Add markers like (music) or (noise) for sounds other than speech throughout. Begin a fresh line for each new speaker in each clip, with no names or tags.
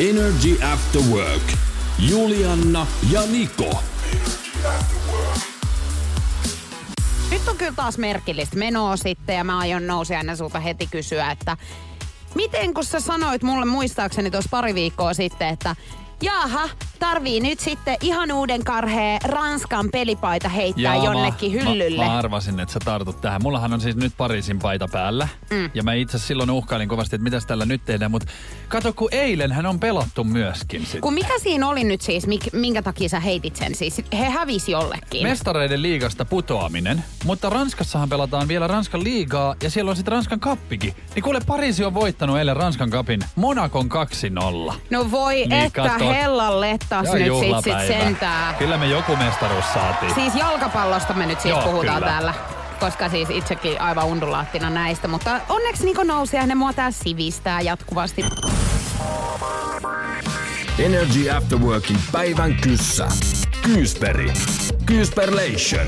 Energy After Work. Julianna ja Niko.
Nyt on kyllä taas merkillistä menoa sitten ja mä aion nousia aina sulta heti kysyä, että miten kun sä sanoit mulle muistaakseni tuossa pari viikkoa sitten, että Jaaha, tarvii nyt sitten ihan uuden karheen Ranskan pelipaita heittää
Jaa,
jonnekin hyllylle.
Mä, mä arvasin, että sä tartut tähän. Mullahan on siis nyt Pariisin paita päällä. Mm. Ja mä itse asiassa silloin uhkailin kovasti, että mitäs tällä nyt tehdään. Mutta kato, kun eilen hän on pelattu myöskin sit.
Kun mikä siinä oli nyt siis, mik, minkä takia sä heitit sen siis? He hävisi jollekin.
Mestareiden liigasta putoaminen, mutta Ranskassahan pelataan vielä Ranskan liigaa ja siellä on sitten Ranskan kappikin. Niin kuule, Pariisi on voittanut eilen Ranskan kapin Monakon 2-0.
no voi
Niin,
että
katot.
hellan lettas
Ja
nyt sit,
juhlapäivä.
sit sentään.
Kyllä me joku mestaruus saatiin.
Siis jalkapallosta me nyt siis
Joo,
puhutaan
kyllä.
täällä. Koska siis itsekin aivan undulaattina näistä, mutta onneksi Niko nousee ja ne mua täällä sivistää jatkuvasti.
Energy After Workin päivän kyssä. Kyysperi. Kyysperlation.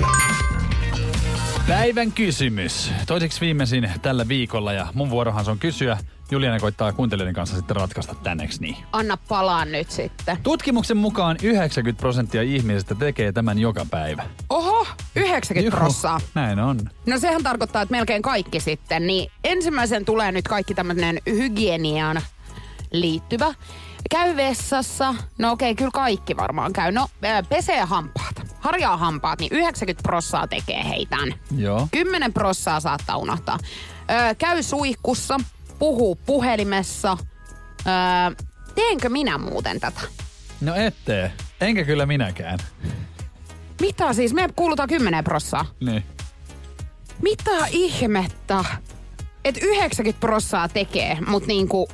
Päivän kysymys. Toiseksi viimeisin tällä viikolla ja mun vuorohan se on kysyä. Juliana koittaa kuuntelijoiden kanssa sitten ratkaista tänneksi niin.
Anna palaa nyt sitten.
Tutkimuksen mukaan 90 prosenttia ihmisistä tekee tämän joka päivä.
Oho, 90 prossaa.
Näin on.
No sehän tarkoittaa, että melkein kaikki sitten. Niin ensimmäisen tulee nyt kaikki tämmöinen hygieniaan liittyvä. Käy vessassa. No okei, kyllä kaikki varmaan käy. No ää, pesee hampaat. Harjaa hampaat, niin 90 prossaa tekee heitän.
Joo.
10 prossaa saattaa unohtaa. Öö, käy suihkussa, puhuu puhelimessa. Öö, teenkö minä muuten tätä?
No ettee. Enkä kyllä minäkään.
Mitä siis? Me kuulutaan 10 prossaa.
Niin.
Mitä ihmettä? Et 90 prossaa tekee, mut niinku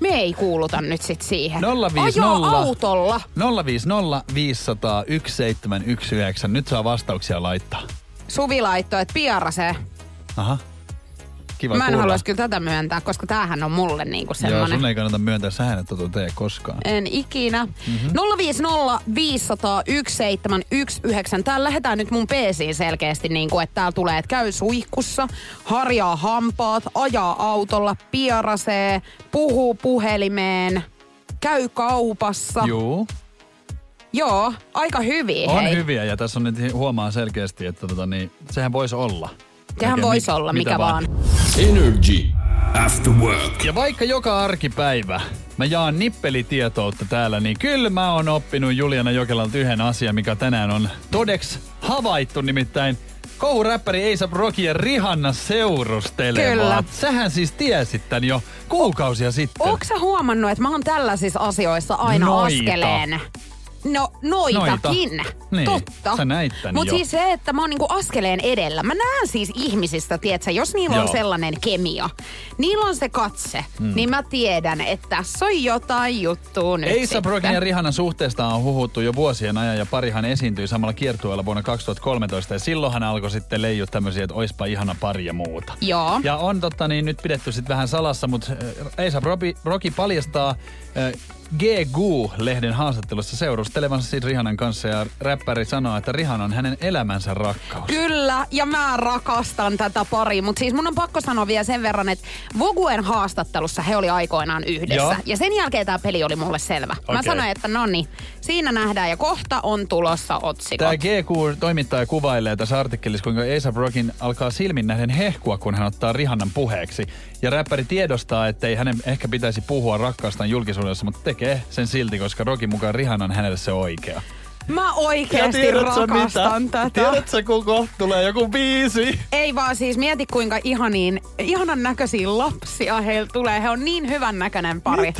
me ei kuuluta nyt sit siihen.
050.
Ajaa autolla.
050 500 1719. Nyt saa vastauksia laittaa.
Suvi laittoi, että piarasee.
Aha. Kiva
Mä en
kuulla.
haluaisi kyllä tätä myöntää, koska tämähän on mulle niinku
Joo,
semmonen.
sun ei kannata myöntää, sä et tota tee koskaan.
En ikinä. Mm-hmm. 050 500 1719. Täällä lähetään nyt mun peesiin selkeästi, niin kuin, että täällä tulee, että käy suihkussa, harjaa hampaat, ajaa autolla, pierasee, puhuu puhelimeen, käy kaupassa.
Juu.
Joo, aika hyvin.
On
hei.
hyviä ja tässä on nyt huomaa selkeästi, että tota, niin, sehän voisi olla.
Sehän
Mikä-
voisi
mi-
olla mikä vaan.
Energy After Work.
Ja vaikka joka arkipäivä mä jaan nippelitietoutta täällä, niin kyllä mä oon oppinut Juliana Jokelalta yhden asian, mikä tänään on todeksi havaittu, nimittäin Kohuräppäri A$AP Rocky ja Rihanna seurustelevat.
Kyllä.
Sähän siis tiesit tän jo kuukausia sitten.
Ootko sä huomannut, että mä oon tällaisissa asioissa aina
Noita.
askeleen? No, noitakin.
Noita. Niin,
Totta.
sä näit tän
Mut
jo.
siis se, että mä oon niinku askeleen edellä. Mä näen siis ihmisistä, tietsä, jos niillä on
Joo. Mm.
sellainen kemia, niillä on se katse, niin mä tiedän, että tässä on jotain juttua nyt
A$AP Rockin
sitten.
ja Rihannan suhteesta on huhuttu jo vuosien ajan ja parihan esiintyi samalla kiertueella vuonna 2013 ja silloinhan alkoi sitten leijua tämmöisiä, että oispa ihana pari ja muuta.
Joo.
Ja on totta niin nyt pidetty sitten vähän salassa, mutta Eisa Roki paljastaa äh, GQ-lehden haastattelussa seurustelevansa siis Rihanan kanssa ja räppäri sanoo, että Rihan on hänen elämänsä rakkaus.
Kyllä, ja mä rakastan tätä pari, mutta siis mun on pakko sanoa vielä sen verran, että Voguen haastattelussa he oli aikoinaan yhdessä.
Joo.
Ja sen jälkeen tämä peli oli mulle selvä. Okay. Mä
Okei.
sanoin, että no niin, siinä nähdään ja kohta on tulossa otsikko.
Tämä GQ-toimittaja kuvailee tässä artikkelissa, kuinka A$AP Rockin alkaa silmin nähden hehkua, kun hän ottaa Rihannan puheeksi. Ja räppäri tiedostaa, että ei hänen ehkä pitäisi puhua rakkaastaan julkisuudessa, mutta tekee sen silti, koska Rockin mukaan Rihanna on hänelle se oikea.
Mä oikeasti rakastan tätä.
Tiedätkö, kun kohta tulee joku biisi?
Ei vaan siis mieti kuinka ihaniin, ihanan näköisiä lapsia heillä tulee. He on niin hyvän näköinen pari.
(laughs)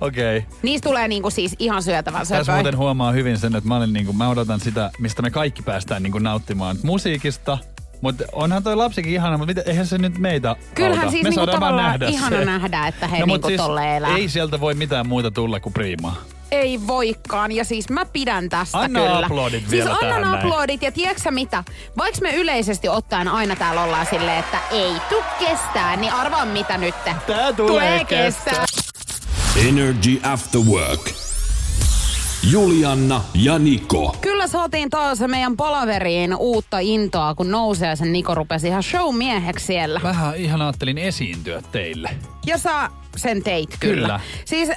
Okei. Okay.
Niistä tulee niinku siis ihan syötävän
Tässä
söpöä.
muuten niinku, huomaa hyvin sen, että mä, olin, niin kuin, mä odotan sitä, mistä me kaikki päästään niin kuin, nauttimaan niinku musiikista, Mutta onhan toi lapsikin ihana, mutta mitä, eihän se nyt meitä
Kyllähän
auta.
siis
Me
niinku
saadaan vaan
tavallaan
nähdä
ihana
se. No
nähdä, että he
mut siis
niinku tolleen elää.
Ei sieltä voi mitään muuta tulla kuin priimaa.
Ei voikaan, ja siis mä pidän tästä
Anna
kyllä.
aplodit
siis
vielä tähän
annan
näin.
aplodit, ja tiedätkö sä mitä? Vaikka me yleisesti ottaen aina täällä ollaan silleen, että ei tuu kestää, niin arvaa mitä nyt.
Tää tulee kestää.
Energy After Work. Julianna ja Niko.
Kyllä saatiin taas meidän palaveriin uutta intoa, kun nousee sen Niko rupesi ihan showmieheksi siellä.
Vähän ihan ajattelin esiintyä teille.
Ja sä sen teit kyllä.
Kyllä.
Siis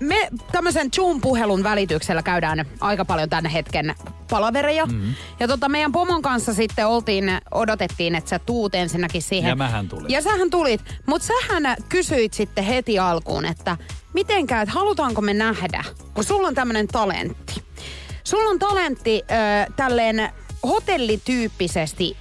me tämmöisen Zoom-puhelun välityksellä käydään aika paljon tämän hetken palavereja.
Mhm.
Mm-hmm. Ja tota, meidän pomon kanssa sitten oltiin, odotettiin, että sä tuut ensinnäkin siihen.
Ja mähän tulin.
Ja sähän tulit. Mutta sähän kysyit sitten heti alkuun, että mitenkä, että halutaanko me nähdä, kun sulla on tämmöinen talentti. Sulla on talentti ö, tälleen hotellityyppisesti,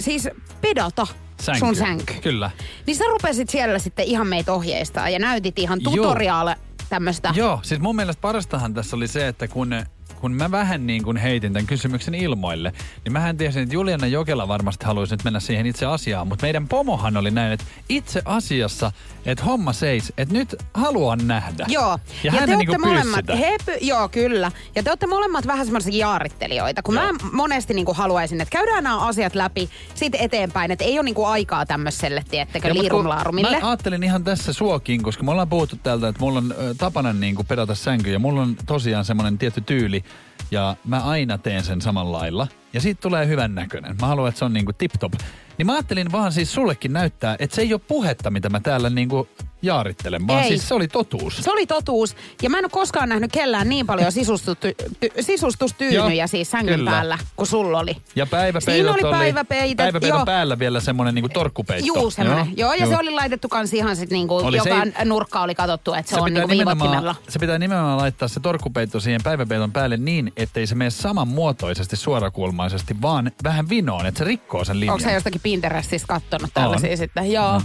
siis pedata
Sänky.
sun sänky.
Kyllä.
Niin sä rupesit siellä sitten ihan meitä ohjeistaa ja näytit ihan
Joo.
tutoriaale tämmöstä.
Joo, siis mun mielestä parastahan tässä oli se, että kun kun mä vähän niin kuin heitin tämän kysymyksen ilmoille, niin mähän tiesin, että Juliana Jokela varmasti haluaisi nyt mennä siihen itse asiaan, mutta meidän pomohan oli näin, että itse asiassa, että homma seis, että nyt haluan nähdä.
Joo.
Ja, ja hän
te
niin kuin
molemmat,
pyysi sitä.
he, py- joo kyllä. Ja te olette molemmat vähän semmoisia jaarittelijoita, kun joo. mä monesti niin kuin haluaisin, että käydään nämä asiat läpi sitten eteenpäin, että ei ole niin kuin aikaa tämmöiselle, tiettäkö,
Ja mut kun
liirumlaarumille.
Mä ajattelin ihan tässä suokin, koska me ollaan puhuttu täältä, että mulla on ö, tapana niin kuin pedata sänkyjä. Mulla on tosiaan semmoinen tietty tyyli ja mä aina teen sen samalla lailla. Ja siitä tulee hyvän näköinen. Mä haluan, että se on niin kuin tip-top. Niin mä ajattelin vaan siis sullekin näyttää, että se ei ole puhetta, mitä mä täällä niin kuin jaarittelen, vaan
Ei.
siis se oli totuus.
Se oli totuus. Ja mä en ole koskaan nähnyt kellään niin
(laughs)
paljon sisustuty- ty- sisustustyynyjä
Joo,
siis sängyn
kyllä.
päällä, kun sulla oli.
Ja
Siinä
päiväpeitot
oli päiväpeitot,
päiväpeiton
joo.
päällä vielä semmoinen niinku torkkupeitto.
Juu, semmoinen. Joo, joo ja joo. se oli laitettu kans ihan sit niinku,
Oli se
joka
ei-
nurkka oli katsottu, että se, se on
pitää
niinku viivottimella.
nimenomaan- se pitää nimenomaan laittaa se torkkupeitto siihen päiväpeiton päälle niin, ettei se mene samanmuotoisesti suorakulmaisesti, vaan vähän vinoon, että se rikkoo sen linjan.
Onko sä jostakin Pinterestissä kattonut
On. Mm.
tällaisia sitten? Joo. No.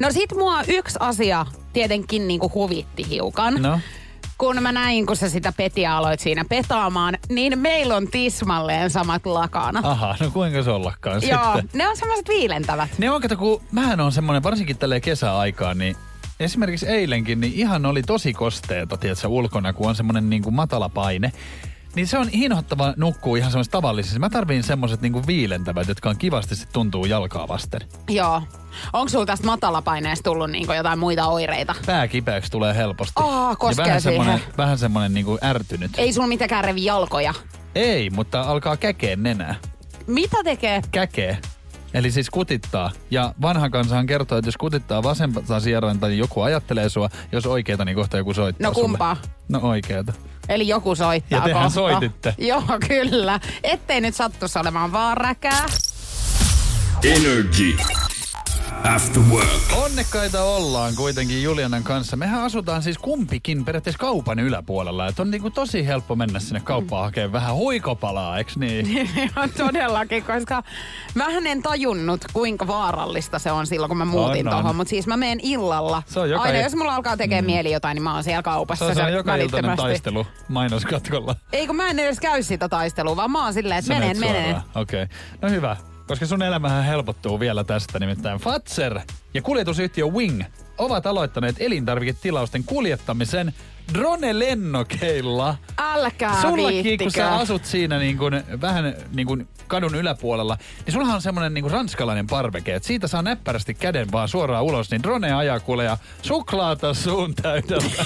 no sit mua yksi asia tietenkin niinku huvitti hiukan.
No.
Kun mä näin, kun sä sitä petiä aloit siinä petaamaan, niin meillä on tismalleen samat lakanat.
Aha, no kuinka se ollakaan
Joo,
sitten.
ne on semmoiset viilentävät.
Ne on, kato, kun mähän on semmoinen, varsinkin tällä kesäaikaan, niin esimerkiksi eilenkin, niin ihan oli tosi kosteeta, tiedätkö, ulkona, kun on semmoinen niin kuin matala paine. Niin se on inhottava nukkuu ihan semmoisessa tavallisessa. Mä tarviin semmoiset niinku viilentävät, jotka on kivasti sit tuntuu jalkaa vasten.
Joo. Onko sulla tästä matalapaineesta tullut niinku jotain muita oireita?
Pää kipeäksi tulee helposti.
Aa, koskee
ja vähän
siihen.
semmonen, vähän semmonen niinku ärtynyt. Ei.
Ei sulla mitenkään revi jalkoja.
Ei, mutta alkaa käkeä nenää.
Mitä tekee?
Käkeä. Eli siis kutittaa. Ja vanha kansahan kertoo, että jos kutittaa vasempaa sierainta, niin joku ajattelee sua. Jos oikeeta, niin kohta joku soittaa
No kumpaa?
Sulle. No oikeeta.
Eli joku soittaa
Ja tehän
kohta.
soititte.
Joo, kyllä. Ettei nyt sattuisi olemaan vaan (laughs) räkää.
Energy After Work.
Onnekkaita ollaan kuitenkin Julianan kanssa. Mehän asutaan siis kumpikin periaatteessa kaupan yläpuolella. Et on niinku tosi helppo mennä sinne
Mm.
kauppaan hakemaan vähän huikopalaa,
(laughs)
eks niin?
Ihan todellakin, koska mä en tajunnut, kuinka vaarallista se on silloin, kun mä muutin
On, on.
tuohon. Mutta siis mä menen illalla.
Se on joka
Aina
il-
jos mulla alkaa tekee mm. mieli jotain, niin mä oon siellä kaupassa.
Se on, se on
sen
joka iltainen
välittömästi.
taistelu mainoskatkolla.
Ei kun mä en edes käy sitä taistelua, vaan mä oon silleen, että
Sä menet
menen, menen.
suoraan. Okei. Okay. No hyvä. Koska sun elämähän helpottuu vielä tästä, nimittäin Fatser ja kuljetusyhtiö Wing ovat aloittaneet elintarviketilausten kuljettamisen drone-lennokeilla.
Älkää
Sullakin, kun sä
viittikö.
asut siinä niin kuin, vähän niin kuin kadun yläpuolella, niin sullahan on semmoinen niin kuin ranskalainen parveke, että siitä saa näppärästi käden vaan suoraan ulos, niin drone ajaa kuule ja suklaata suun täydeltä.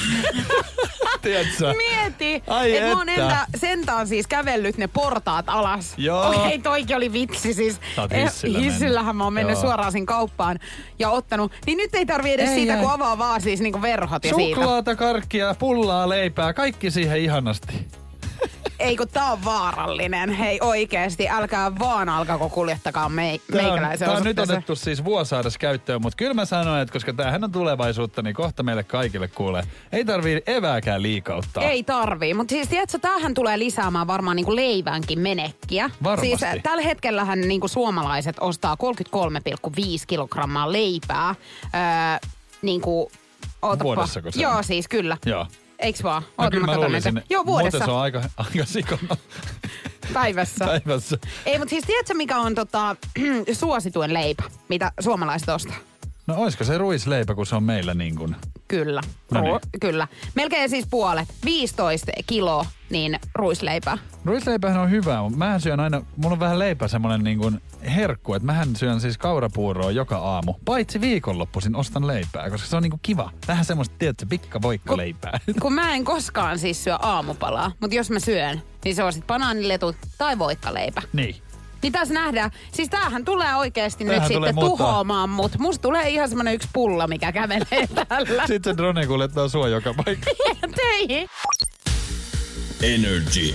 (laughs) Tiedätkö?
Mieti,
Ai
et mä oon
että.
entä, sentään siis kävellyt ne portaat alas.
Joo.
Okei, okay, toikin oli vitsi siis.
Sä oot
Eh,
hissillä
Hissillähän
mennyt.
mä oon mennyt
Joo.
suoraan sinne kauppaan ja ottanut. Niin nyt ei tarvi edes
Ei,
ei, siitä,
ei.
kun avaa vaan siis niinku verhot ja siitä.
Suklaata, karkkia, pullaa, leipää, kaikki siihen ihanasti.
Ei kun tää on vaarallinen. Hei oikeesti, älkää vaan alkako kuljettakaa mei,
Tämä on,
meikäläisen
tää on nyt
osoitteeseen.
otettu siis Vuosaaressa käyttöön, mutta kyllä mä sanoin, että koska tämähän on tulevaisuutta, niin kohta meille kaikille kuulee. Ei tarvii evääkään liikauttaa.
Ei tarvii, mutta siis tiedätkö, tämähän tulee lisäämään varmaan niinku leivänkin menekkiä.
Varmasti.
Siis äh, tällä hetkellähän niinku suomalaiset ostaa 33,5 kilogrammaa leipää. Öö, niinku, ootapa.
Vuodessako se on?
Joo, siis kyllä.
Joo.
Eiks vaan?
No
Oota,
kyllä mä
katon
luulisin.
nyt. Joo, vuodessa.
Muuten se on aika, aika sikona. (laughs)
Päivässä.
päivässä.
Ei, mutta siis tiedätkö mikä on tota, (clears throat) suosituen leipä, mitä suomalaiset ostaa?
No olisiko se ruisleipä, kun se on meillä niin kuin...
Kyllä.
No niin.
Kyllä. Melkein siis puolet. 15 kiloa, niin ruisleipää.
Ruisleipähän on hyvää, mutta mähän syön aina, mulla on vähän leipä semmonen niin kuin herkku, että mähän syön siis kaurapuuroa joka aamu. Paitsi viikonloppuisin ostan leipää, koska se on niin kuin kiva. Vähän semmoista, tiedätkö, pikka voikka leipää. (laughs)
Kun mä en koskaan siis syö aamupalaa, mutta jos mä syön, niin se on sit banaaniletut tai voikkaleipä.
niin.
Niin tässä nähdään. Siis tämähän tulee oikeasti
Tämähän
nyt
tulee
sitten
muuttaa.
tuhoamaan mut. Musta tulee ihan semmonen yksi pulla, mikä kävelee (laughs) tällä.
Sitten se drone kuljettaa sua joka paikka.
Teihin.
Energy.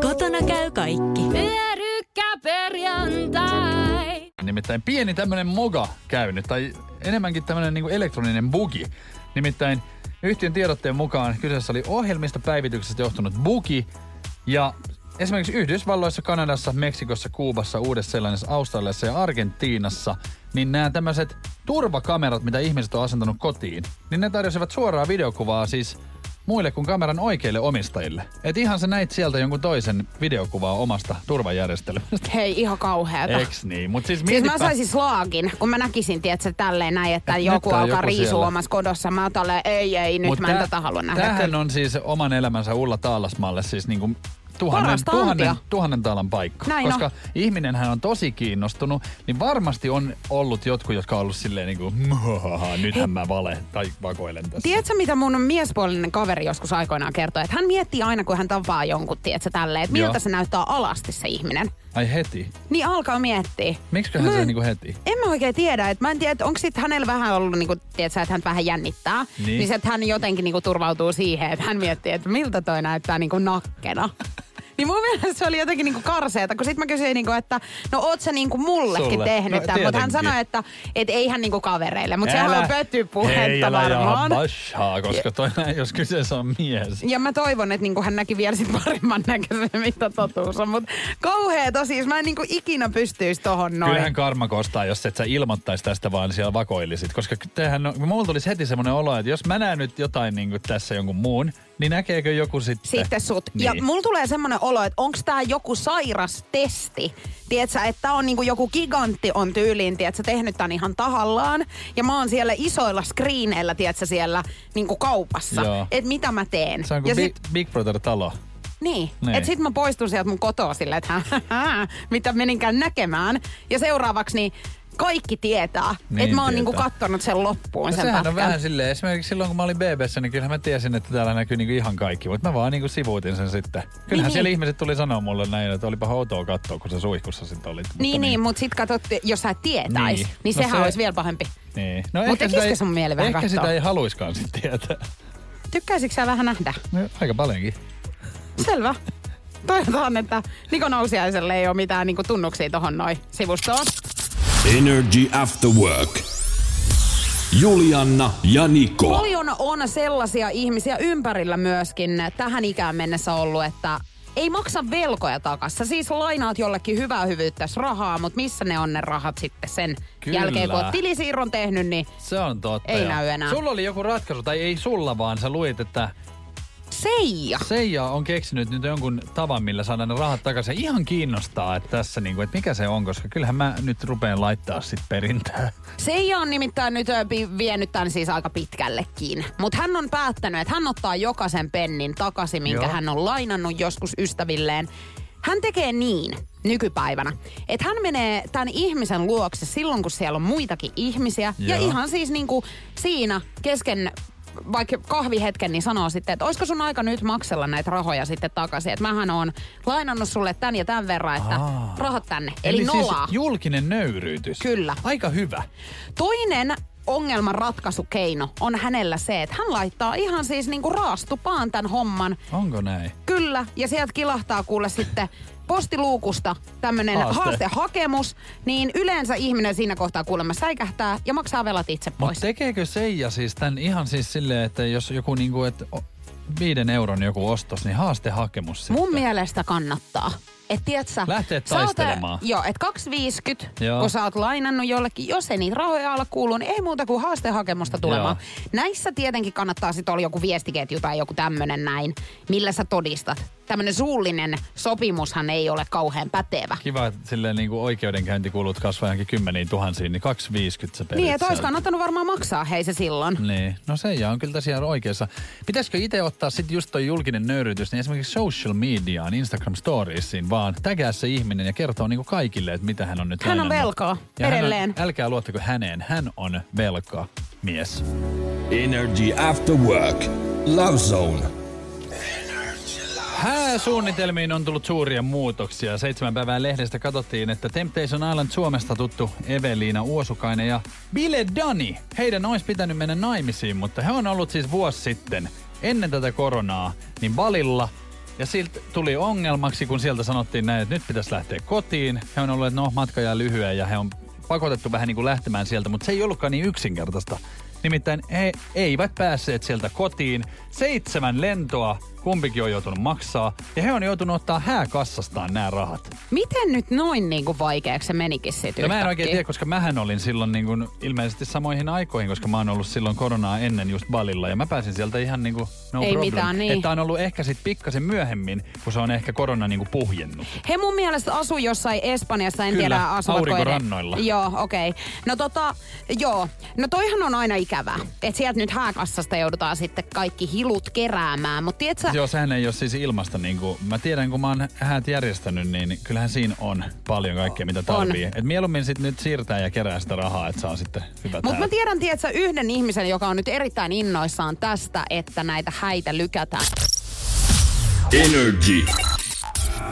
kotona käy kaikki. Pyörykkäperjantai!
Nimittäin pieni tämmönen moga käynyt, tai enemmänkin tämmönen niinku elektroninen bugi. Nimittäin yhtiön tiedotteen mukaan kyseessä oli ohjelmista päivityksestä johtunut bugi, ja esimerkiksi Yhdysvalloissa, Kanadassa, Meksikossa, Kuubassa, Uudessa-Seelannissa, Australiassa ja Argentiinassa, niin nämä tämmöiset turvakamerat, mitä ihmiset on asentanut kotiin, niin ne tarjosivat suoraa videokuvaa siis muille kuin kameran oikeille omistajille. Et ihan sä näit sieltä jonkun toisen videokuvaa omasta turvajärjestelmästä.
Hei, ihan kauheeta.
Eks niin? Mut siis,
Siis
mietipä-
mä saisin slaagin, kun mä näkisin, tiedätkö, tälleen näin, että
Et
joku
nyt on
alkaa
joku
riisua
siellä.
omassa kodossa. Mä oon tälleen, ei, ei, nyt
Mut
mä en
tää-
tätä halua nähdä.
Tämähän on siis oman elämänsä Ulla Taalasmaalle siis niinku tuhannen,
Parasta
tuhannen,
antia.
tuhannen taalan paikka.
Näin
koska
on.
ihminenhän on tosi kiinnostunut, niin varmasti on ollut jotkut, jotka on ollut silleen niinku, "Mhahaha, nythän mä vale tai vakoilen tässä.
Tiedätkö, mitä mun miespuolinen kaveri joskus aikoinaan kertoi? Että hän miettii aina, kun hän tapaa jonkun, tiedätkö, tälleen, että miltä
Joo.
se näyttää alasti se ihminen.
Ai heti.
Niin alkaa miettiä.
Miksiköhän
Mä
se
en-
niinku heti?
En mä oikein tiedä, että mä en tiedä, että onko sit hänellä vähän ollut, niinku, tiedätkö, että hän vähän jännittää.
Niin.
Niin. niin se, että hän jotenkin niinku, turvautuu siihen, että hän miettii, että miltä toi näyttää niinku,
(laughs)
nakkena. niin mun mielestä se oli jotenkin niinku, karseeta, kun sit mä kysyin, niinku, että no oot sä niinku, mullekin
Sulle.
Sulle. tehnyt
No,
no, tämän, mutta hän
tietenkin.
sanoi, että et ei hän niinku, kavereille, mutta sehän on
Hei,
pötypuhetta
älä jaa
varmaan.
bashaa, koska toi, jos kyseessä on mies.
Ja mä toivon, että niinku hän näki vielä sit paremman näköisen, mitä totuus on. Mutta kauheeta siis, mä en niinku ikinä pystyisi tohon noin.
Kyllähän karma kostaa, jos et sä ilmoittaisi tästä, vaan siellä vakoilisit. Koska tämähän on, mulla tulisi heti semmoinen olo, että jos mä näen nyt jotain niin kuin tässä jonkun muun, niin näkeekö joku sitten?
sitten sut.
Niin.
Niin. Ja mulla tulee semmoinen olo, että onko tämä joku sairas testi. Tiedätkö, että tää on niinku joku gigantti on tyyliin, tiedätkö, tehnyt tämän ihan tahallaan. Ja mä oon siellä isoilla screeneillä, tiedätkö, siellä niinku kaupassa.
Joo.
Että mitä mä teen.
Se on kuin
ja
Big, Big Brother-talo.
Niin.
Niin.
niin. Et sit mä poistun sieltä mun kotoa silleen, että hä, mitä meninkään näkemään. Ja seuraavaksi niin kaikki tietää,
Niin
niin että mä oon
tietää.
niinku kattonut sen loppuun
No
sen
sehän on
pätkän.
vähän silleen, esimerkiksi silloin kun mä olin BBssä, niin kyllähän mä tiesin, että täällä näkyy niinku ihan kaikki, mutta mä vaan niinku sivuutin sen sitten. Kyllähän niin,
Niin,
siellä
niin.
ihmiset tuli sanoa mulle näin, että olipa outoa katsoa, kun sä suihkussa sitten olit. Mutta
Niin, niin, mutta sit katsot, jos sä et tietäis,
Niin.
niin,
No
niin sehän
se-
olisi vielä pahempi.
Niin. No
Mut
ehkä
tekisikö
sitä ei-
sun mieli vähän
Ehkä
katsoa?
sitä ei haluiskaan sitten tietää.
Tykkäisitkö sä vähän nähdä?
No, aika paljonkin.
Selvä. Toivotaan, että Niko Nousiaiselle ei ole mitään niinku tunnuksia tohon noin sivustoon.
Energy After Work. Julianna ja Niko.
Paljon on sellaisia ihmisiä ympärillä myöskin tähän ikään mennessä ollut, että ei maksa velkoja takas. Sä siis lainaat jollekin hyvää hyvyyttäs rahaa, mutta missä ne on ne rahat sitten sen
Kyllä.
Kyllä. jälkeen, kun oot tilisiirron tehnyt, niin
Se on totta.
Ei
joo.
näy enää.
Sulla oli joku ratkaisu, tai ei sulla vaan, sä luit, että
seija.
Seija on keksinyt nyt jonkun tavan, millä saadaan ne rahat takaisin. Ihan kiinnostaa, että tässä niinku, että mikä se on, koska kyllähän mä nyt rupean laittaa sit perintää.
Seija on nimittäin nyt ö, pi- vienyt tämän siis aika pitkällekin. Mutta hän on päättänyt, että hän ottaa jokaisen pennin takaisin, minkä
Joo.
Joo. hän on lainannut joskus ystävilleen. Hän tekee niin nykypäivänä, että hän menee tämän ihmisen luokse silloin, kun siellä on muitakin ihmisiä. Joo. Ja
Joo.
ihan siis niin kuin siinä kesken vaikka kahvihetken, niin sanoo sitten, että olisiko sun aika nyt maksella näitä rahoja sitten takaisin. Että mähän on lainannut sulle tämän ja tämän verran, että
Aa.
rahat tänne. Eli, Eli
siis
nolaa.
julkinen nöyryytys.
Kyllä.
Aika hyvä.
Toinen ongelman ratkaisukeino on hänellä se, että hän laittaa ihan siis niinku raastupaan tämän homman.
Onko näin?
Kyllä, ja sieltä kilahtaa kuule sitten postiluukusta tämmönen
Haaste.
haaste. haastehakemus, niin yleensä ihminen siinä kohtaa kuulemma säikähtää ja maksaa velat itse
Mutta
pois.
tekeekö Seija siis tämän ihan siis silleen, että jos joku niinku, että o- viiden euron joku ostos, niin haastehakemus sitten.
Mun mielestä kannattaa. Et tiedätkö,
Lähtee
sä oot-
taistelemaan.
Joo, et 250,
Joo.
joo. kun sä oot lainannut jollekin, jos ei niitä rahoja ala kuulu, niin ei muuta kuin haastehakemusta tulemaan.
Joo.
Joo. Näissä tietenkin kannattaa sit olla joku viestiketju tai joku tämmönen näin, millä sä todistat. Tämmönen suullinen sopimushan ei ole kauhean pätevä.
Kiva, että silleen niinku oikeudenkäyntikulut kasvaa johonkin kymmeniin tuhansiin, niin 250 sä perit
Niin, että ois
sieltä.
kannattanut varmaan maksaa hei se silloin.
Niin, no Seija on kyllä tässä oikeassa. Pitäisikö itse ottaa sitten just toi julkinen nöyrytys, niin esimerkiksi social mediaan, Instagram storiesiin vaan tägää se ihminen ja kertoo niinku kaikille, että mitä hän on nyt
Hän on
lainannut.
velkaa,
Ja hän on-
edelleen.
Älkää luottako häneen, hän on velkaa mies.
Energy After Work. Love Zone.
Hääsuunnitelmiin on tullut suuria muutoksia. Seitsemän päivää lehdestä katsottiin, että Temptation Island Suomesta tuttu Eveliina Uosukainen ja Bile Dani. Heidän olisi pitänyt mennä naimisiin, mutta he on ollut siis vuosi sitten ennen tätä koronaa, niin Balilla. Ja siltä tuli ongelmaksi, kun sieltä sanottiin näin, että nyt pitäisi lähteä kotiin. He on ollut, että no matka jää lyhyen ja he on pakotettu vähän niin kuin lähtemään sieltä, mutta se ei ollutkaan niin yksinkertaista. Nimittäin he eivät päässeet sieltä kotiin. Seitsemän lentoa kumpikin on joutunut maksaa, ja he on joutunut ottaa hääkassastaan nämä rahat.
Miten nyt noin niinku vaikeaksi se menikin sit
Ja mä en oikein
yhtäkkiä?
tiedä, koska mähän olin silloin niin kuin ilmeisesti samoihin aikoihin, koska mä oon ollut silloin koronaa ennen just Balilla, ja mä pääsin sieltä ihan niin kuin no
Ei
problem.
mitään, niin.
Että on ollut ehkä sit pikkasen myöhemmin, kun se on ehkä korona niin kuin puhjennut.
He mun mielestä asuu jossain Espanjassa, en
Kyllä,
tiedä asuvatko edes-
aurinkorannoilla.
Joo, okei. Okay. No tota, joo. No toihan on aina ikävää, että sieltä nyt hääkassasta joudutaan sitten kaikki hilut keräämään. Mutta tiedätkö,
Joo, sehän ei ole siis ilmasta. Niin kuin, mä tiedän, kun mä oon häät järjestänyt, niin kyllähän siinä on paljon kaikkea, mitä tarvii. Et mieluummin sit nyt siirtää ja kerää sitä rahaa, että saa sitten hyvät
mutta mä
häät.
tiedän, tiedätkö, yhden ihmisen, joka on nyt erittäin innoissaan tästä, että näitä häitä lykätään.
Energy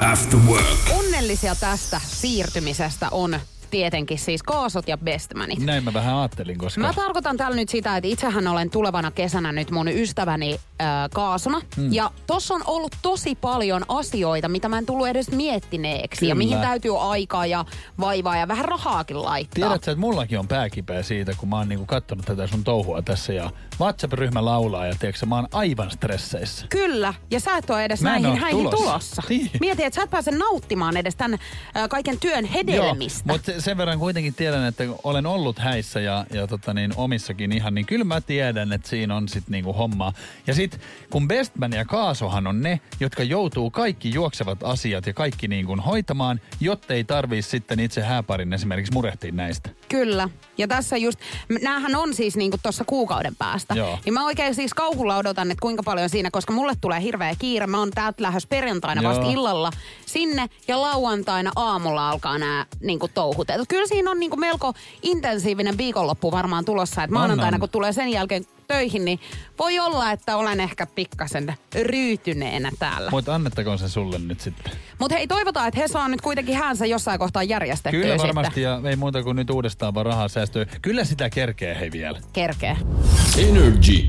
After Work.
Onnellisia tästä siirtymisestä on tietenkin siis kaasot ja bestmanit.
Näin mä vähän ajattelin, koska...
Mä tarkoitan tällä nyt sitä, että itsehän olen tulevana kesänä nyt mun ystäväni äh, kaasuna. Mm. Ja tossa on ollut tosi paljon asioita, mitä mä en tullut edes miettineeksi.
Kyllä.
Ja mihin täytyy aikaa ja vaivaa ja vähän rahaakin laittaa.
Tiedätkö, että mullakin on pääkipeä siitä, kun mä oon niinku kattonut tätä sun touhua tässä ja WhatsApp-ryhmä laulaa ja tiedätkö, mä oon aivan stresseissä.
Kyllä, ja sä et ole edes
Mä en oo
näihin häihin
tulossa.
tulossa.
Niin.
Mieti, että sä et pääse nauttimaan edes tämän äh, kaiken työn hedelmistä.
mutta sen verran kuitenkin tiedän, että kun olen ollut häissä ja, ja tota niin, omissakin ihan, niin kyllä mä tiedän, että siinä on sitten niinku hommaa. Ja sitten kun Bestman ja Kaasohan on ne, jotka joutuu kaikki juoksevat asiat ja kaikki niinku hoitamaan, jottei tarvii sitten itse hääparin esimerkiksi murehtia näistä.
Kyllä. Ja tässä just, m- näähän on siis niinku tuossa kuukauden päästä.
Joo.
Niin mä oikein siis kauhulla odotan, että kuinka paljon siinä, koska mulle tulee hirveä kiire. Mä oon täältä lähes perjantaina vasta
Joo.
illalla sinne ja lauantaina aamulla alkaa nämä niinku touhut. Et kyllä siinä on niinku melko intensiivinen viikonloppu varmaan tulossa. Et maanantaina
on.
kun tulee sen jälkeen töihin, niin voi olla, että olen ehkä pikkasen ryytyneenä täällä.
Mutta annettakoon sen sulle nyt sitten.
Mutta hei, toivotaan, että he saa nyt kuitenkin häänsä jossain kohtaa järjestettyä
Kyllä
sitten.
varmasti ja ei muuta kuin nyt uudestaan vaan rahaa säästyy. Kyllä sitä kerkee hei vielä.
Kerkee.
Energy.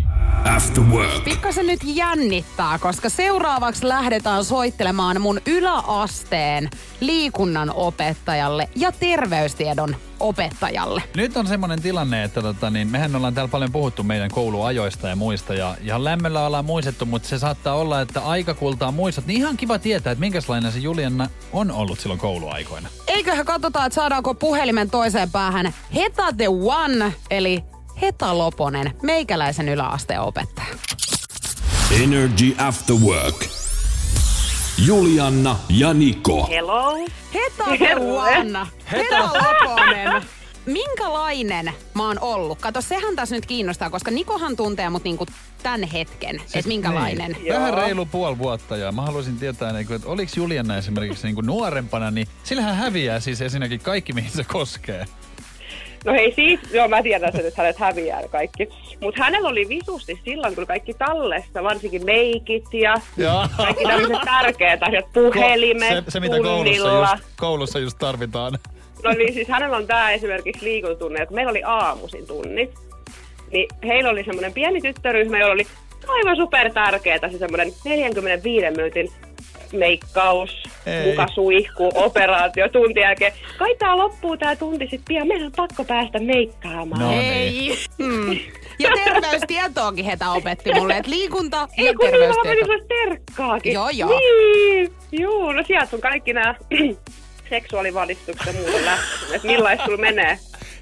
After Work.
Pikkasen nyt jännittää, koska seuraavaksi lähdetään soittelemaan mun yläasteen liikunnan opettajalle ja terveystiedon opettajalle.
Nyt on semmoinen tilanne, että tota, niin mehän ollaan täällä paljon puhuttu meidän kouluajoista ja muista ja ihan lämmöllä ollaan muistettu, mutta se saattaa olla, että aika kultaa muistot. Niin ihan kiva tietää, että minkälainen se Julianna on ollut silloin kouluaikoina.
Eiköhän katsotaan, että saadaanko puhelimen toiseen päähän Heta the One, eli Heta Loponen, meikäläisen yläasteen opettaja.
Energy After Work. Julianna ja Niko.
Hello.
Heta the One, Heta Loponen. Minkälainen mä oon ollut? Kato, sehän tässä nyt kiinnostaa, koska Nikohan tuntee mut niinku tämän hetken, että Siis minkälainen.
Siis Niin. Vähän reilu puoli vuotta ja mä haluaisin tietää, niin kuin, että oliko Julianna esimerkiksi niin kuin nuorempana, niin sillähän häviää siis ensinnäkin kaikki, mihin se koskee.
No hei siis, joo mä tiedän sen, että hänet häviää kaikki. Mutta hänellä oli visusti silloin kyllä kaikki tallessa, varsinkin meikit ja
Joo.
kaikki
(laughs)
tämmöiset tärkeät asiat, puhelimet
se, se, mitä koulussa
tunnilla.
just, koulussa just tarvitaan.
No niin, siis hänellä on tämä esimerkiksi liikuntunne, että meillä oli aamuisin tunnit. Niin heillä oli semmoinen pieni tyttöryhmä, jolla oli aivan super tärkeää se semmoinen 45 minuutin meikkaus,
Ei.
muka suihku, operaatio, tunti jälkeen. Kai tää loppuu tää tunti sit pian, meidän on pakko päästä meikkaamaan.
No niin.
Ei. Mm. Ja terveystietoakin hetä opetti mulle, että liikunta ja
Ei kun niillä on
terveystieto.
sellaista terkkaakin.
Joo, joo.
Niin, juu, no sieltä on kaikki (clears throat) nämä seksuaalivalistukset ja muuta lähtö, että millaista sulla menee.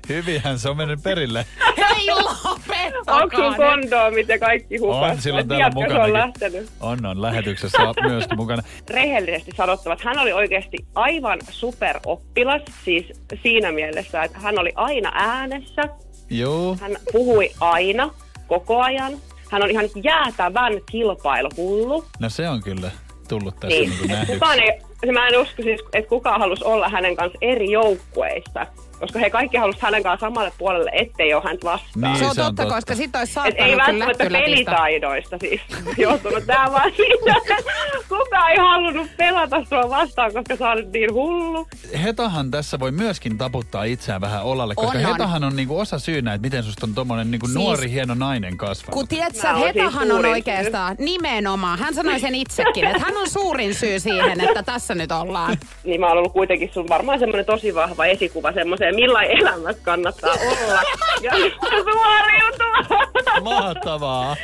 Hyvinhän se on mennyt perille.
Hei
Onko sun
lopettakaa nyt.
kondoomit ja kaikki hukassa?
On silloin
Et
täällä
tiedätkö, se on
mukanakin.
lähtenyt.
On, on lähetyksessä myös mukana.
Rehellisesti sanottava, että hän oli oikeasti aivan superoppilas, siis siinä mielessä, että hän oli aina äänessä,
Joo.
hän puhui aina, koko ajan. Hän on ihan jäätävän kilpailuhullu.
No se on kyllä tullut tässä niin.
Niin.
Niin
Et
nähdyksi.
Kukaan ei, se mä en usko siis, että kukaan halusi olla hänen kanssa eri joukkueista, koska he kaikki halusivat hänen kanssa samalle puolelle, ettei ole häntä vastaan.
Niin,
Se on totta, koska sit olisi
Et ei
saattanut kyllä
välttämättä
lähtölätistä.
pelitaidoista siis (laughs) johtunut. Tää vaan siitä, että (laughs) kukaan ei halunnut pelata sua vastaan, koska sä olet niin hullu.
Hetahan tässä voi myöskin taputtaa itseään vähän olalle, koska
On, on.
Hetahan on niinku osa syynä, että miten susta on tommonen niinku
Siis-
nuori hieno nainen kasvanut.
Kun tiedät sä,
Mä oon siis
Hetahan on
suurin
oikeastaan nimenomaan, hän sanoi sen itsekin, että hän on suurin syy siihen, että tässä nyt ollaan.
Niin mä oon ollut kuitenkin sun varmaan semmoinen tosi vahva esikuva semmoiseen, millainen elämässä kannattaa
(laughs)
olla. Ja (laughs) suoriutua.
Mahtavaa!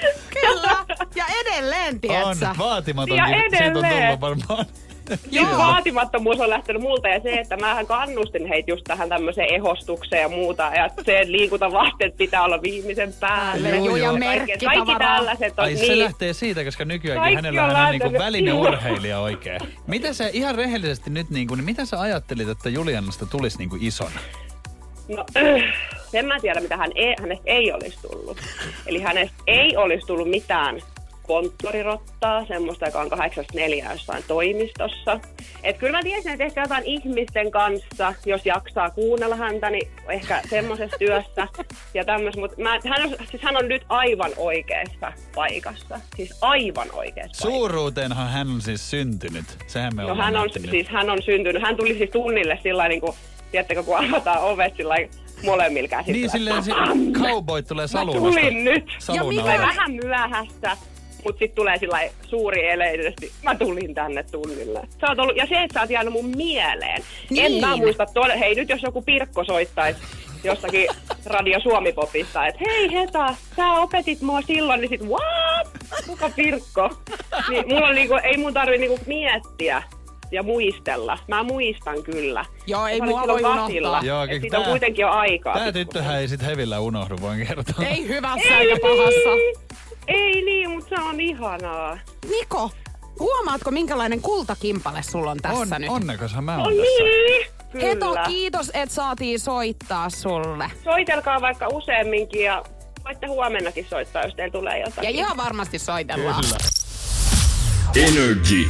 Kyllä, ja edelleen,
on
tiedät sä.
vaatimaton. niinku,
Ja
Siitä on
edelleen.
tullut varmaan.
Joo. vaatimattomuus on lähtenyt multa ja se, että mä kannustin heitä just tähän tämmöiseen ehostukseen ja muuta. Ja se liikuntavaatteet pitää olla viimeisen päälle.
Joo, joo,
Kaikki-
merkkitavaraa.
Kaikki tällaiset on
Ai se
niin.
lähtee siitä, koska nykyäänkin
Kaikki
hänellä
on
on niinku
lähtenyt.
välineurheilija oikein. Mitä sä ihan rehellisesti nyt, niinku, niin mitä sä ajattelit, että Juliannasta tulisi niinku isona?
No, (clears throat) en mä tiedä, mitä hän ei, hänestä ei olisi tullut. Eli hänestä ei olisi tullut mitään konttorirottaa, semmoista, joka on 84 jossain toimistossa. Et kyllä mä tiesin, että ehkä jotain ihmisten kanssa, jos jaksaa kuunnella häntä, niin ehkä semmoisessa työssä ja tämmöisessä. Mutta hän, on, siis hän on nyt aivan oikeassa paikassa. Siis aivan oikeassa paikassa.
Suuruuteenhan hän on siis syntynyt. Sehän me
No
ollaan
hän on,
nähty nyt.
siis hän on syntynyt. Hän tuli siis tunnille sillä niin kuin, tiedättekö, kun avataan ovet sillä molemmilla käsillä.
Niin silleen se
(clears throat)
cowboy tulee
Mä
saluunasta.
tulin nyt.
Saluun
Ja mikä-
Tulee
alle.
vähän myöhässä, mutta sitten tulee sillä lailla suuri eleisesti. Mä tulin tänne tunnille. Sä oot ollut, ja se, että sä oot jäänyt mun mieleen. En
Niin.
mä muista todella. Hei, nyt jos joku Pirkko soittaisi jostakin Radio Suomi-popista, että hei Heta, sä opetit mua silloin, niin sit what? Kuka Pirkko? Niin, mulla on niinku, ei mun tarvi niinku miettiä ja muistella. Mä muistan kyllä.
Joo, ei
Mä olin
mua
silloin
voi
kasilla,
unohtaa.
Joo,
et
kyllä
siitä on
tää-
kuitenkin jo aikaa.
Tää
pikkusen.
tyttöhän ei sit hevillä unohdu, voin kertoa.
Ei hyvässä
niin.
eikä pahassa.
Ei niin, mutta se on ihanaa.
Niko, huomaatko minkälainen kultakimpale sulla on tässä
on,
nyt?
Onnekashan mä
On
oon tässä.
niin! Kyllä.
Keto, kiitos, että saatiin soittaa sulle.
Soitelkaa vaikka useamminkin ja voitte huomennakin soittaa, jos teillä tulee
Ja
jotakin.
ihan varmasti soitellaan.
Energy.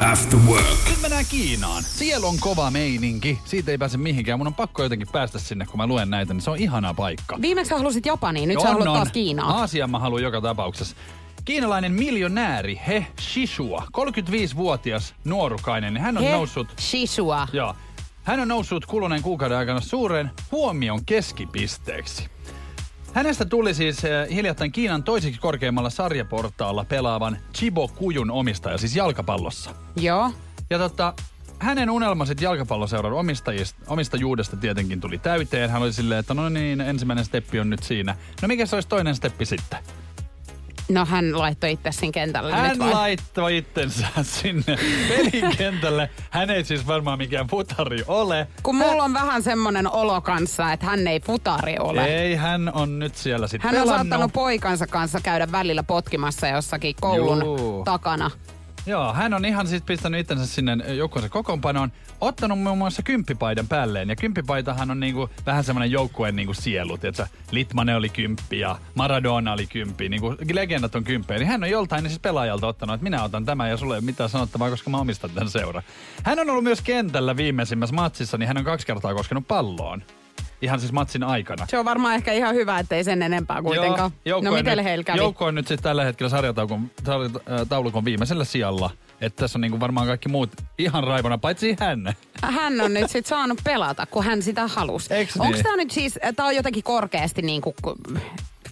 After work.
Nyt mennään Kiinaan. Siellä on kova meininki. Siitä ei pääse mihinkään. Mun on pakko jotenkin päästä sinne, kun mä luen näitä. Niin se on ihana paikka.
Viimeksi sä halusit Japaniin, nyt
No
sä
on,
haluat
on.
taas Kiinaan.
Aasian mä haluan joka tapauksessa. Kiinalainen miljonääri He Shishua, 35-vuatias nuorukainen, niin hän on
He,
noussut...
Shishua.
Joo. Hän on noussut kuluneen kuukauden aikana suuren huomion keskipisteeksi. Hänestä tuli siis eh, hiljattain Kiinan toiseksi korkeimmalla sarjaportaalla pelaavan Chibo Kujun omistaja, siis jalkapallossa.
Joo.
Ja tota, hänen unelmansa jalkapalloseuran omistajista, omistajuudesta tietenkin tuli täyteen. Hän oli silleen, että no niin, ensimmäinen steppi on nyt siinä. No mikä se olisi toinen steppi sitten?
No hän laittoi itse sen kentälle nyt
Hän
vai?
laittoi itsensä (laughs) sinne pelikentälle. Hän ei siis varmaan mikään putari ole.
Kun mulla on vähän semmonen olo kanssa, että hän ei futari ole.
Ei, hän on nyt siellä sitten
Hän on saattanut poikansa kanssa käydä välillä potkimassa jossakin koulun
Juu.
takana.
Joo, hän on ihan siis pistänyt itsensä sinne joukkueensa kokoonpanoon, ottanut muun muassa kymppipaidan päälleen. Ja kymppipaitahan on niinku vähän semmoinen joukkueen niinku sielu, tietsä? Litmanen oli kymppi ja Maradona oli kymppi, niinku legendat on kymppejä. Niin hän on joltain siis pelaajalta ottanut, että minä otan tämän ja sulle ei ole mitään sanottavaa, koska mä omistan tämän seuran. Hän on ollut myös kentällä viimeisimmässä matsissa, niin hän on kaksi kertaa koskenut palloon. Ihan siis matsin aikana.
Se on varmaan ehkä ihan hyvä, ettei sen enempää kuitenkaan.
joukko
no
on
miten
nyt-
heillä kävi?
Joukko on nyt sitten tällä hetkellä sarjataulukon, sarjataulukon viimeisellä sijalla. Että tässä on niinku varmaan kaikki muut ihan raivona, paitsi hän. No,
Hän on nyt sit saanut pelata, kun hän sitä halusi.
Eiks niin?
Onko tämä nyt siis, tämä on jotenkin korkeasti niin kuin,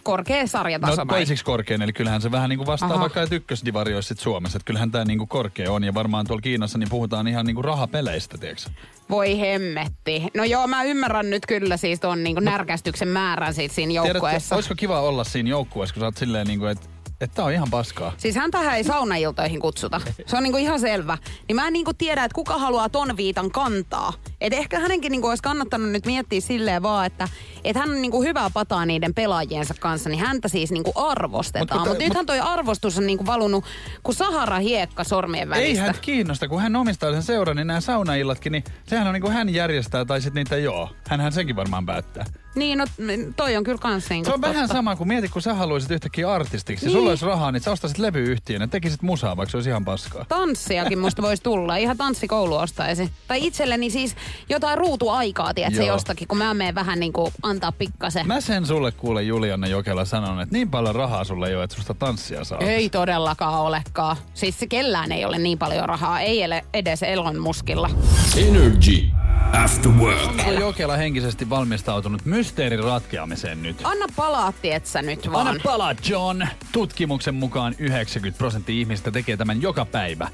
korkea
No
sarjataso vai?
toisiksi korkein, eli kyllähän se vähän niinku vastaa
Aha.
vaikka, että ykkösdivari olisi sit Suomessa. Että kyllähän tämä niinku korkea on ja varmaan tuolla Kiinassa niin puhutaan ihan niinku rahapeleistä, tiedätkö?
Voi hemmetti. No joo, mä ymmärrän nyt kyllä siis tuon niin närkästyksen määrän siitä siinä joukkueessa.
olisiko kiva olla siinä joukkueessa, kun sä oot silleen niinku, että et tää on ihan paskaa.
Siis hän tähän ei saunailtoihin kutsuta. Se on niinku ihan selvä. Niin mä en niinku tiedä, että kuka haluaa ton viitan kantaa. Et ehkä hänenkin niinku olisi kannattanut nyt miettiä silleen vaan, että et hän on niinku hyvää pataa niiden pelaajiensa kanssa, niin häntä siis niinku
Mut tota- kun
arvostetaan.
toi-
Mutta mut nythän toi arvostus on niinku valunut kuin Sahara hiekka sormien
Ei
välistä.
hän kiinnosta, kun hän omistaa sen seuran, niin nämä saunaillatkin, niin sehän on niinku hän järjestää tai sitten niitä joo. Hänhän senkin varmaan päättää.
Niin, no mm, toi on kyllä kans niinku
Se on
totta.
vähän sama kuin mieti, kun sä haluaisit yhtäkkiä artistiksi. Niin. Sulla olisi rahaa, niin sä ostaisit levyyhtiön ja tekisit musaa, vaikka se olisi ihan paskaa.
Tanssiakin musta voisi tulla. Ihan tanssikoulu ostaisi. Tai itselleni siis jotain ruutuaikaa, tiedätkö,
Joo.
jostakin, kun mä menen vähän niinku antaa pikkasen.
Mä sen sulle kuule Julianna Jokela sanon, että niin paljon rahaa sulle ei ole, että susta tanssia saa.
Ei todellakaan olekaan. Siis se kellään ei ole niin paljon rahaa, ei ele edes Elon muskilla.
Energy. After work.
Onko Jokela henkisesti valmistautunut mysteerin ratkeamiseen nyt?
Anna palaa, tietsä nyt vaan.
Anna palaa, John! Tutkimuksen mukaan 90 prosenttia ihmistä tekee tämän joka päivä.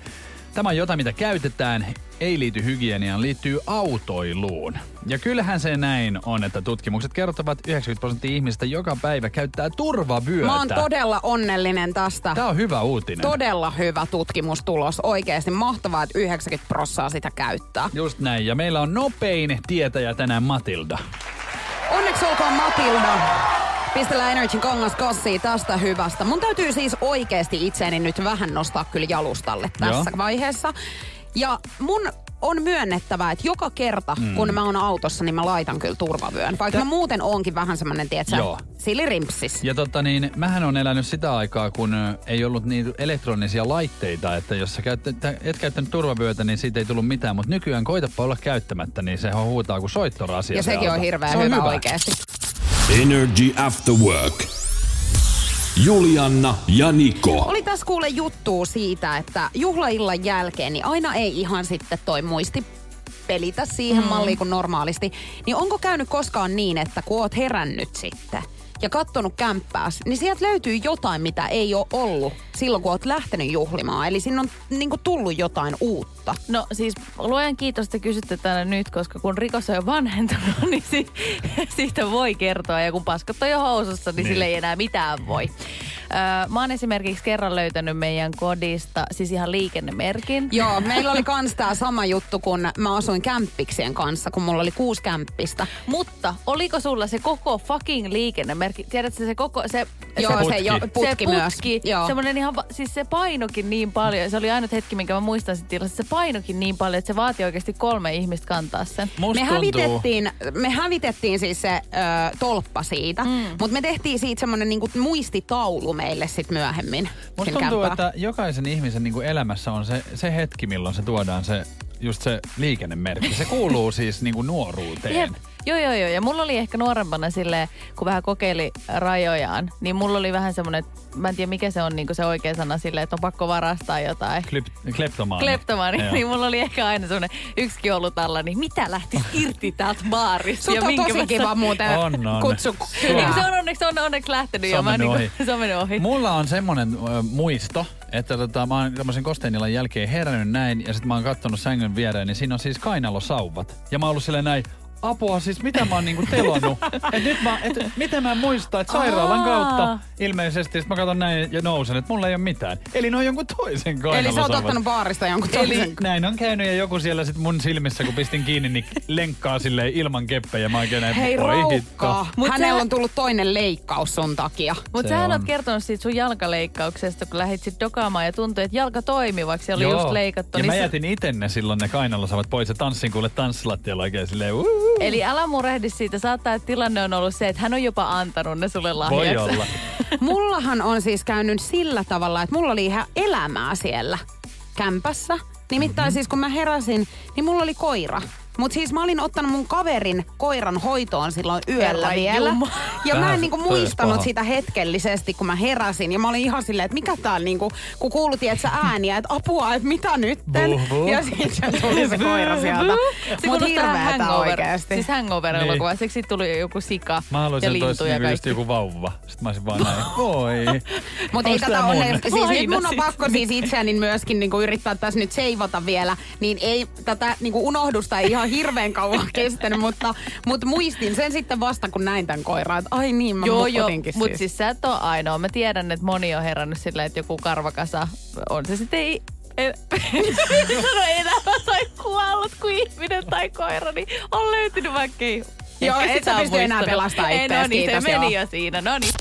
Tämä on jotain, mitä käytetään, ei liity hygieniaan, liittyy autoiluun. Ja kyllähän se näin on, että tutkimukset kertovat, että 90 prosenttia ihmistä joka päivä käyttää turvavyötä.
Mä oon todella onnellinen tästä.
Tämä on hyvä uutinen.
Todella hyvä tutkimustulos. Oikeasti mahtavaa, että 90 prossaa sitä käyttää.
Just näin. Ja meillä on nopein tietäjä tänään Matilda.
Onneksi olkoon Matilda. Pistellään Energyn kangas kassiin tästä hyvästä. Mun täytyy siis oikeasti itseäni nyt vähän nostaa kyllä jalustalle tässä
Joo.
vaiheessa. Ja mun on myönnettävä, että joka kerta, mm. kun mä oon autossa, niin mä laitan kyllä turvavyön. Vaikka mä muuten oonkin vähän semmonen, tietsä,
Joo.
silirimpsis.
Ja totta niin, mähän on elänyt sitä aikaa, kun ö, ei ollut niitä elektronisia laitteita, että jos sä käyttä, tä- et käyttänyt turvavyötä, niin siitä ei tullut mitään. Mutta nykyään koitapa olla käyttämättä, niin se huutaa kuin soittorasia.
Ja
se
sekin on
auto.
hirveän
Se on
hyvä, hyvä oikeasti.
Energy After work. Julianna ja Niko.
Oli tässä kuule juttuu siitä, että juhlaillan jälkeen niin aina ei ihan sitten toi muisti pelitä siihen mm. malliin kuin normaalisti. Niin onko käynyt koskaan niin, että kun oot herännyt sitten ja kattonut kämppää, niin sieltä löytyy jotain, mitä ei ole ollut silloin, kun oot lähtenyt juhlimaan. Eli siinä on niin kuin, tullut jotain uutta.
No siis luojan kiitos, että kysytte tänne nyt, koska kun rikos on jo vanhentunut, (laughs) niin si- siitä voi kertoa. Ja kun paskat on jo housussa, niin,
Niin.
niin. sille ei enää mitään voi. Öö, mä oon esimerkiksi kerran löytänyt meidän kodista, siis ihan liikennemerkin.
Joo, meillä oli kans tää sama juttu, kun mä asuin kämppiksien kanssa, kun mulla oli kuusi kämppistä.
Mutta oliko sulla se koko fucking liikennemerkki? Tiedätkö se koko, se
Joo, se,
putki.
jo, putki,
se
myös.
putki,
Joo.
semmoinen ihan, va- siis se painokin niin paljon, se oli ainut hetki, minkä mä muistan sitten tilassa, se painokin niin paljon, että se vaati oikeasti kolme ihmistä kantaa sen.
Me
Musta tuntuu,
hävitettiin, me hävitettiin siis se ö, tolppa siitä, mm. mutta me tehtiin siitä semmoinen niinku muistitaulu meille sit myöhemmin.
musta
sinne
tuntuu
kämppään.
että jokaisen ihmisen niin kuin elämässä on se, se hetki, milloin se tuodaan se just se liikennemerkki. Se kuuluu siis niin kuin nuoruuteen.
Jep. Joo, joo, joo. Ja mulla oli ehkä nuorempana sille, kun vähän kokeili rajojaan, niin mulla oli vähän semmoinen, että mä en tiedä mikä se on niin se oikea sana sille, että on pakko varastaa jotain.
Klep- kleptomaani.
Kleptomaani,
Joo.
niin mulla oli ehkä aina semmoinen yksikin ollut alla, niin mitä lähti irti täältä baarista.
Sut
ja
on
minkä
tosi
mä
kiva
saan-
muuten
On, on.
kutsu
Niin,
kylään.
se on onneksi, on onneksi lähtenyt
Niin,
Se
jo.
on
Mä
mennyt
niinku-
ohi.
(laughs) Se on mennyt ohi.
Mulla on semmonen ö, muisto, että tota, mä oon tämmöisen kosteenilan jälkeen herännyt näin ja sitten mä oon kattonut sängyn viereen, niin siinä on siis kainalosauvat. Ja mä oon ollut silleen näin, apua siis mitä mä oon niinku telonut. et nyt mä, et, miten mä muistan, että sairaalan
Aa.
kautta ilmeisesti sit mä katson näin ja nousen, että mulla ei ole mitään. Eli ne on jonkun toisen
Eli
kainalosauvat.
sä oot ottanut baarista jonkun
Eli
toisen.
näin on käynyt ja joku siellä sit mun silmissä, kun pistin kiinni, niin lenkkaa silleen ilman keppejä. Mä oikein näin,
Hei
voi
raukka,
hitto.
Mut
hänellä
sä-
on tullut toinen leikkaus sun takia.
Mutta
Se
sähän
on.
oot kertonut siitä sun jalkaleikkauksesta, kun lähdit sit dokaamaan ja tuntui, että jalka toimi, vaikka se oli
Joo.
just leikattu. niin
Ja mä
se-
jätin itse ne silloin ne kainalosavat pois ja tanssin kuule tanssilattialla oikein silleen. "Uhu."
Uhuh. Eli älä murehdi siitä. Saattaa, että tilanne on ollut se, että hän on jopa antanut ne sulle lahjaksi.
Voi olla.
Mullahan on siis käynyt sillä tavalla, että mulla oli ihan elämää siellä kämpässä.
Mhm.
Nimittäin siis kun mä heräsin, niin mulla oli koira. Mutta siis mä olin ottanut mun kaverin koiran hoitoon silloin yöllä
Herra
vielä.
jumala.
Ja mä
Vähän
en niinku
toi olisi
muistanut
paha.
sitä hetkellisesti, kun mä heräsin. Ja mä olin ihan silleen, että mikä tää on niinku, kun kuului tietsä ääniä, että apua, että mitä nytten.
Vuh, vuh.
Ja sitten tuli se koira sieltä.
Se
Uhuh. Mut
kuulostaa
hirveetä
hangover-
oikeesti.
Siis hangover-elokuva.
Niin.
Siksi siitä tuli joku sika
Mä
(laughs) ja
haluaisin, että olisi
lintu ja
niinku just
kaikki.
joku vauva. Sitten mä olisin vaan näin, voi.
(laughs)
Mutta ei
Onks
tätä
tää mun?
ole. Siis nyt
Aina
mun on
siis.
pakko siis itseäni myöskin niinku yrittää tässä nyt seivata vielä. Niin ei tätä niinku unohdusta ei ihan hirveän kauan kestänyt, mutta, mutta muistin sen sitten vasta, kun näin tämän koiran. Et ai niin, mä
Joo,
joo,
joo,
siis.
mutta siis sä et ole ainoa. Mä tiedän, että moni on herännyt sillä, että joku karvakasa on se sitten ei... (laughs) El- sano elämä tai kuollut kuin ihminen tai koira, niin on löytynyt vaikka ei.
Joo,
Ehkä
et
sitä
sä
on
pysty enää
muistanut.
pelastaa
Ei,
itseäsi,
No niin, se
kiitos,
meni
joo.
jo siinä. No niin.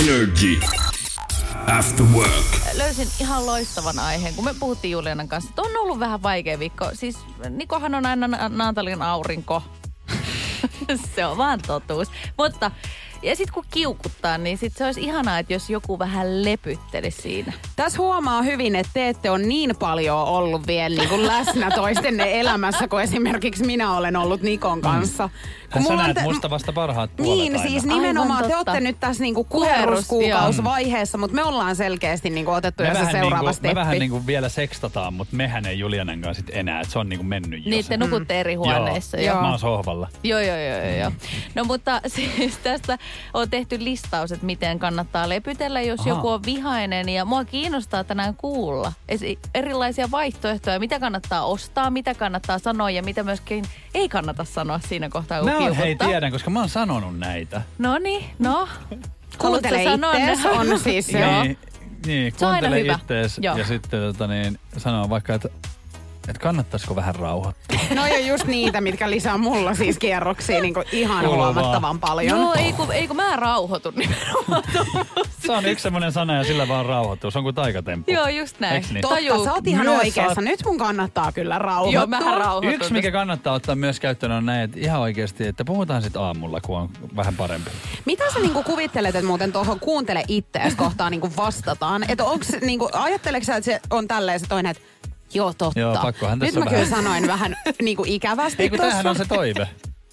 Energy. After work.
löysin ihan loistavan aiheen, kun me puhuttiin Julianan kanssa. että on ollut vähän vaikea viikko. Siis Nikohan on aina na- Naantalin aurinko. (laughs) se on vaan totuus. Mutta ja sitten kun kiukuttaa, niin sit se olisi ihanaa, että jos joku vähän lepytteli siinä.
Tässä huomaa hyvin, että te ette ole niin paljon ollut vielä niinku läsnä toistenne elämässä, kuin esimerkiksi minä olen ollut Nikon kanssa. Kun
Kun Mm. sä
mulla on
näet
te-
musta vasta parhaat puolet
Niin,
aina.
siis
Aivan
nimenomaan te
totta.
olette nyt tässä niinku
Kuherrus,
kuheruskuukausivaiheessa, mutta me ollaan selkeästi niinku otettu
Me
jo se
vähän,
seuraava
niinku, me vähän
steppi.
niinku vielä sekstataan, mutta mehän ei Julianen kanssa sit enää. Et se on niinku mennyt jo.
Niin,
se.
te nukutte eri huoneissa.
Joo. Mä oon sohvalla.
Joo, joo, joo, joo, joo. No mutta (laughs) siis tästä on tehty listaus, että miten kannattaa lepytellä, jos
Ahaa.
joku on vihainen. Ja mua kiinnostaa tänään kuulla Esi- erilaisia vaihtoehtoja, mitä kannattaa ostaa, mitä kannattaa sanoa ja mitä myöskin ei kannata sanoa siinä kohtaa, kun
Mä oon, No, hei
kiukuttaa.
tiedän, koska mä oon sanonut näitä.
No niin, no.
Kuuntele
Haluatko sanoa
ittees,
ne?
on siis joo.
Niin, niin
Se on aina
kuuntele
hyvä.
ittees
Joo.
ja sitten tota, niin, sanoo vaikka, että et kannattaisiko vähän rauhoittaa.
No on just niitä, mitkä lisää mulla siis kierroksia niin ihan
Kuuluu vaan.
huomattavan paljon.
Joo, ei kun, ei kun mä rauhoitun (laughs) nimenomaan.
Se on yksi semmoinen sana ja sillä vaan rauhoittuu. Se on kuin taikatemppu.
Joo, just näin.
Eiks niin?
Totta,
Totta, sä oot ihan
Myös
oikeassa.
saat-
Nyt mun kannattaa kyllä rauhoittua.
Joo, mähän rauhoitun.
Yksi, mikä kannattaa ottaa myös käyttöön on näin, että ihan oikeasti, että puhutaan sitten aamulla, kun on vähän parempi.
Mitä sä niinku kuvittelet, että muuten tuohon kuuntele ittees kohtaan niinku vastataan? Että onks, niinku, ajatteleeko sä, että se on tälleen se toinen, että joo totta.
Joo, pakkohan
Nyt
tässä
mä
on
kyllä
vähän.
sanoin vähän niinku ikävästi
Ei kun tämähän
tossa.
on se toive.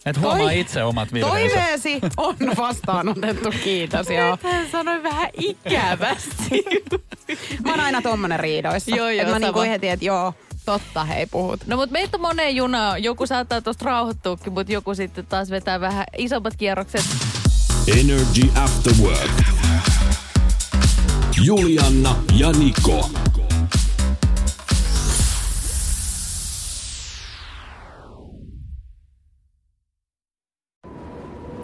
Että huomaa
Toi-
itse omat virheensä.
Toiveesi on vastaanotettu, kiitos
(laughs)
joo.
Hän sanoi vähän ikävästi. (laughs)
Mä oon aina tommonen riidoissa.
Joo, joo,
Et mä niinku
sama.
heti, että joo, totta hei puhut.
No mutta meitä on moneen junaan. Joku saattaa tuosta rauhoittuukin, mutta joku sitten taas vetää vähän isommat kierrokset.
Energy After work. Julianna ja Niko.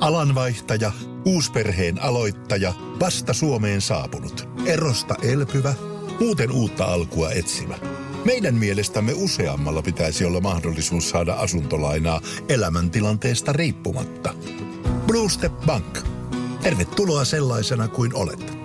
Alanvaihtaja, uusperheen aloittaja, vasta Suomeen saapunut, erosta elpyvä, muuten uutta alkua etsimä. Meidän mielestämme useammalla pitäisi olla mahdollisuus saada asuntolainaa elämäntilanteesta riippumatta. Blue Step Bank. Tervetuloa sellaisena kuin olet.